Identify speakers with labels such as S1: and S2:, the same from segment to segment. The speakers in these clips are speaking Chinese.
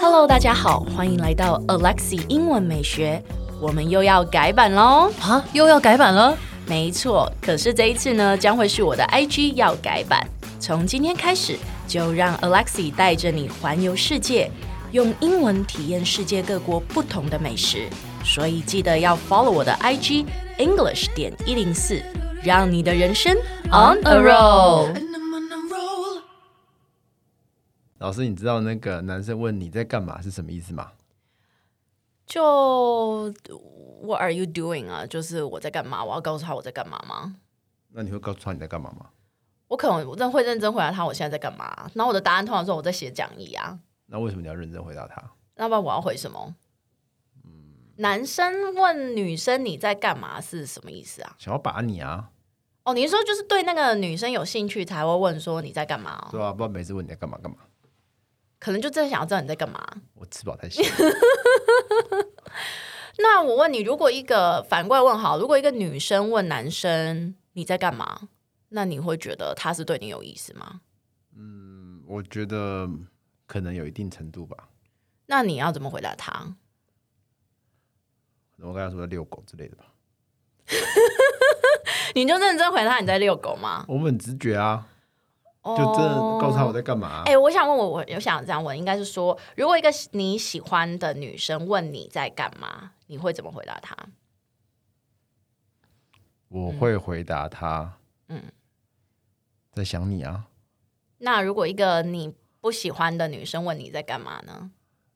S1: Hello，大家好，欢迎来到 Alexi 英文美学，我们又要改版喽。
S2: 啊，又要改版了？
S1: 没错，可是这一次呢，将会是我的 IG 要改版。从今天开始，就让 Alexi 带着你环游世界，用英文体验世界各国不同的美食。所以记得要 follow 我的 IG English 点一零四，让你的人生 on a roll。
S3: 老师，你知道那个男生问你在干嘛是什么意思吗？
S1: 就 What are you doing 啊？就是我在干嘛？我要告诉他我在干嘛吗？
S3: 那你会告诉他你在干嘛吗？
S1: 我可能认会认真回答他我现在在干嘛。啊然后我的答案通常说我在写讲义啊，
S3: 那为什么你要认真回答他？
S1: 要不然我要回什么？男生问女生你在干嘛是什么意思啊？
S3: 想要把你啊，
S1: 哦，你是说就是对那个女生有兴趣才会问说你在干嘛、哦？
S3: 对啊，不然每次问你在干嘛干嘛，
S1: 可能就真的想要知道你在干嘛。
S3: 我吃饱才行。
S1: 那我问你，如果一个反过来问好，如果一个女生问男生你在干嘛，那你会觉得他是对你有意思吗？
S3: 嗯我觉得可能有一定程度吧，
S1: 那你要怎么回答他？
S3: 可能我跟他说在遛狗之类的吧。
S1: 你就认真回答你在遛狗吗？
S3: 我们很直觉啊，
S1: 就
S3: 就真的告诉他我在干嘛啊、
S1: 哦哎、我想问我，我有想这样问，应该是说，如果一个你喜欢的女生问你在干嘛，你会怎么回答她？
S3: 我会回答他，
S1: 嗯
S3: 嗯，在想你啊，
S1: 那如果一个你不喜欢的女生问你在干嘛呢？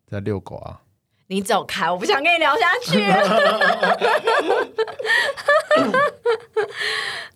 S3: 在遛狗啊。
S1: 你走开，我不想跟你聊下去。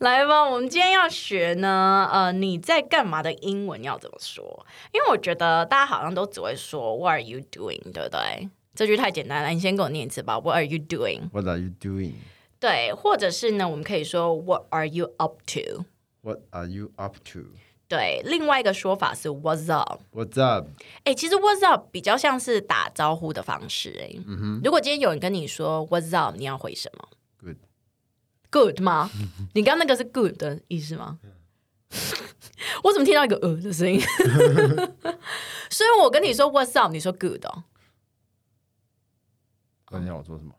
S1: 来吧，我们今天要学呢，呃，你在干嘛的英文要怎么说？因为我觉得大家好像都只会说 What are you doing，对不对？这句太简单了，你先给我念一次吧。What are you doing？
S3: What are you doing?
S1: 对，或者是呢，我们可以说 What are you up to？
S3: What are you up to?
S1: 对，另外一个说法是 What's up？
S3: What's up?
S1: 哎、其实 What's up 比较像是打招呼的方式、诶，哎、如果今天有人跟你说 What's up，你要回什么
S3: Mm-hmm. Good.
S1: ？Good 吗？你刚刚那个是 good 的意思吗？ 我怎么听到一个呃的声音？ 所以我跟你说 What's up，你说 good 哦，
S3: 那你要我做什么？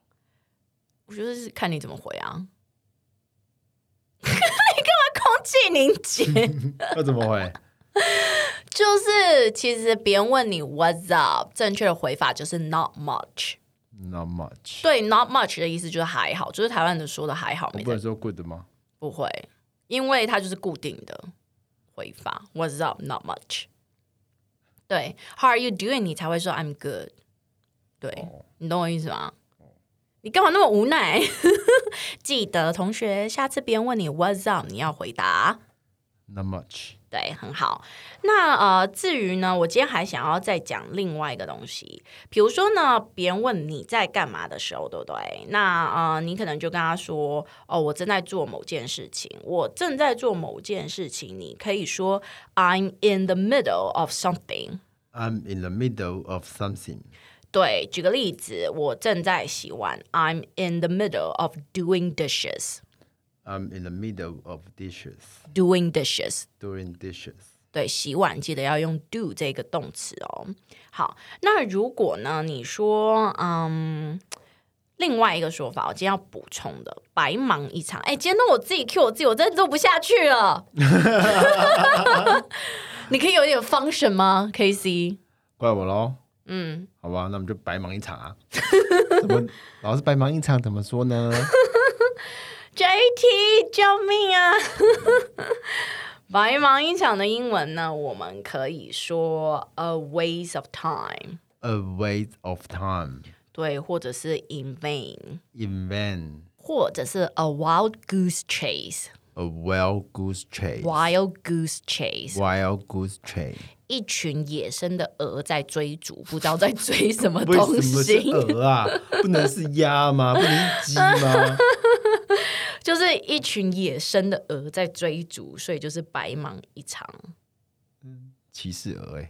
S1: 我觉得是看你怎么回啊。 你干嘛空气凝结？
S3: 那怎么回？
S1: 就是其实别人问你 What's up，正确的回法就是 Not much。
S3: Not much.
S1: 对，Not much 的意思就是还好，就是台湾人说的还好，
S3: 我
S1: 没
S3: 不能
S1: 在
S3: 说 good 吗？
S1: 不会，因为它就是固定的回法。What's up? Not much。对，How are you doing？你才会说 I'm good。对
S3: 哦
S1: 你懂我意思吗？你干嘛那么无奈？ 记得同学，下次别人问你 What's up，你要回答。
S3: Not much.
S1: 对，很好。那呃，至于呢，我今天还想要再讲另外一个东西，比如说呢，别人问你在干嘛的时候，对不对？那呃，你可能就跟他说：“哦，我正在做某件事情，我正在做某件事情。”你可以说：“I'm in the middle of something。
S3: I'm in the middle of something. ”
S1: 对，举个例子，我正在洗碗，I'm in the middle of doing dishes。
S3: I'm in the middle of dishes.
S1: Doing dishes，
S3: Doing dishes.
S1: 对，洗碗记得要用 do 这个动词哦。好，那如果呢，你说，嗯，另外一个说法，我今天要补充的，白忙一场。哎，今天都我自己 Q 我自己，我真的做不下去了。 你可以有一点 function 吗，K C？
S3: 怪我喽。
S1: 嗯，
S3: 好吧，那我们就白忙一场啊！怎么老是白忙一场？怎么说呢？
S1: JT，救命啊！ 白忙一场的英文呢，我们可以说 a waste of time，
S3: A waste of time.
S1: 对，或者是 in vain。
S3: In vain.
S1: 或者是 a wild goose chase。
S3: A wild goose chase.
S1: Wild goose chase，
S3: Wild goose chase.
S1: 一群野生的鹅在追逐，不知道在追什么
S3: 为
S1: 东
S3: 什么是
S1: 西，
S3: 鹅啊？不能是鸭吗？不能是鸡吗？
S1: 就是一群野生的鹅在追逐，所以就是白忙一场。
S3: 歧视鹅哎、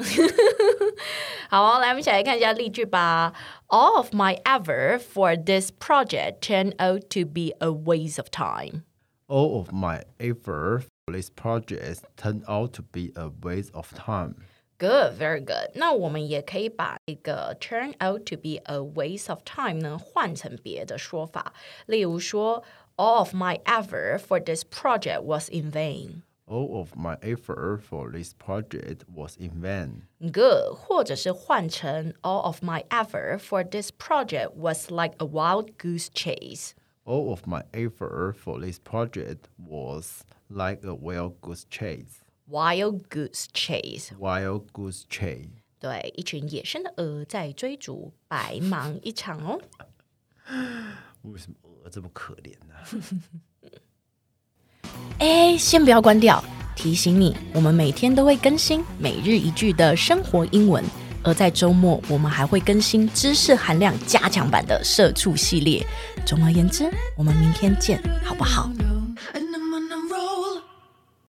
S1: 好、哦来，我们一起来看一下例句吧。All of my effort for this project turned out to be a waste of time.
S3: All of my effort This project turned out to be a waste of time.
S1: Good, very good。那我们也可以把一个 turn out to be a waste of time 呢换成别的说法，例如说，All of my effort for this project was in vain。
S3: All of my effort for this project was in vain.
S1: Good，或者是换成 All of my effort for this project was like a wild goose chase。
S3: All of my effort for this project was like a wild goose chase.
S1: Wild goose chase，
S3: Wild goose chase.
S1: 对，一群野生的鹅在追逐白忙一场哦。
S3: 为什么鹅这么可怜呢、
S1: 哎，先不要关掉，提醒你，我们每天都会更新每日一句的生活英文，而在周末我们还会更新知识含量加强版的社畜系列。总而言之，我们明天见，好不好？
S2: No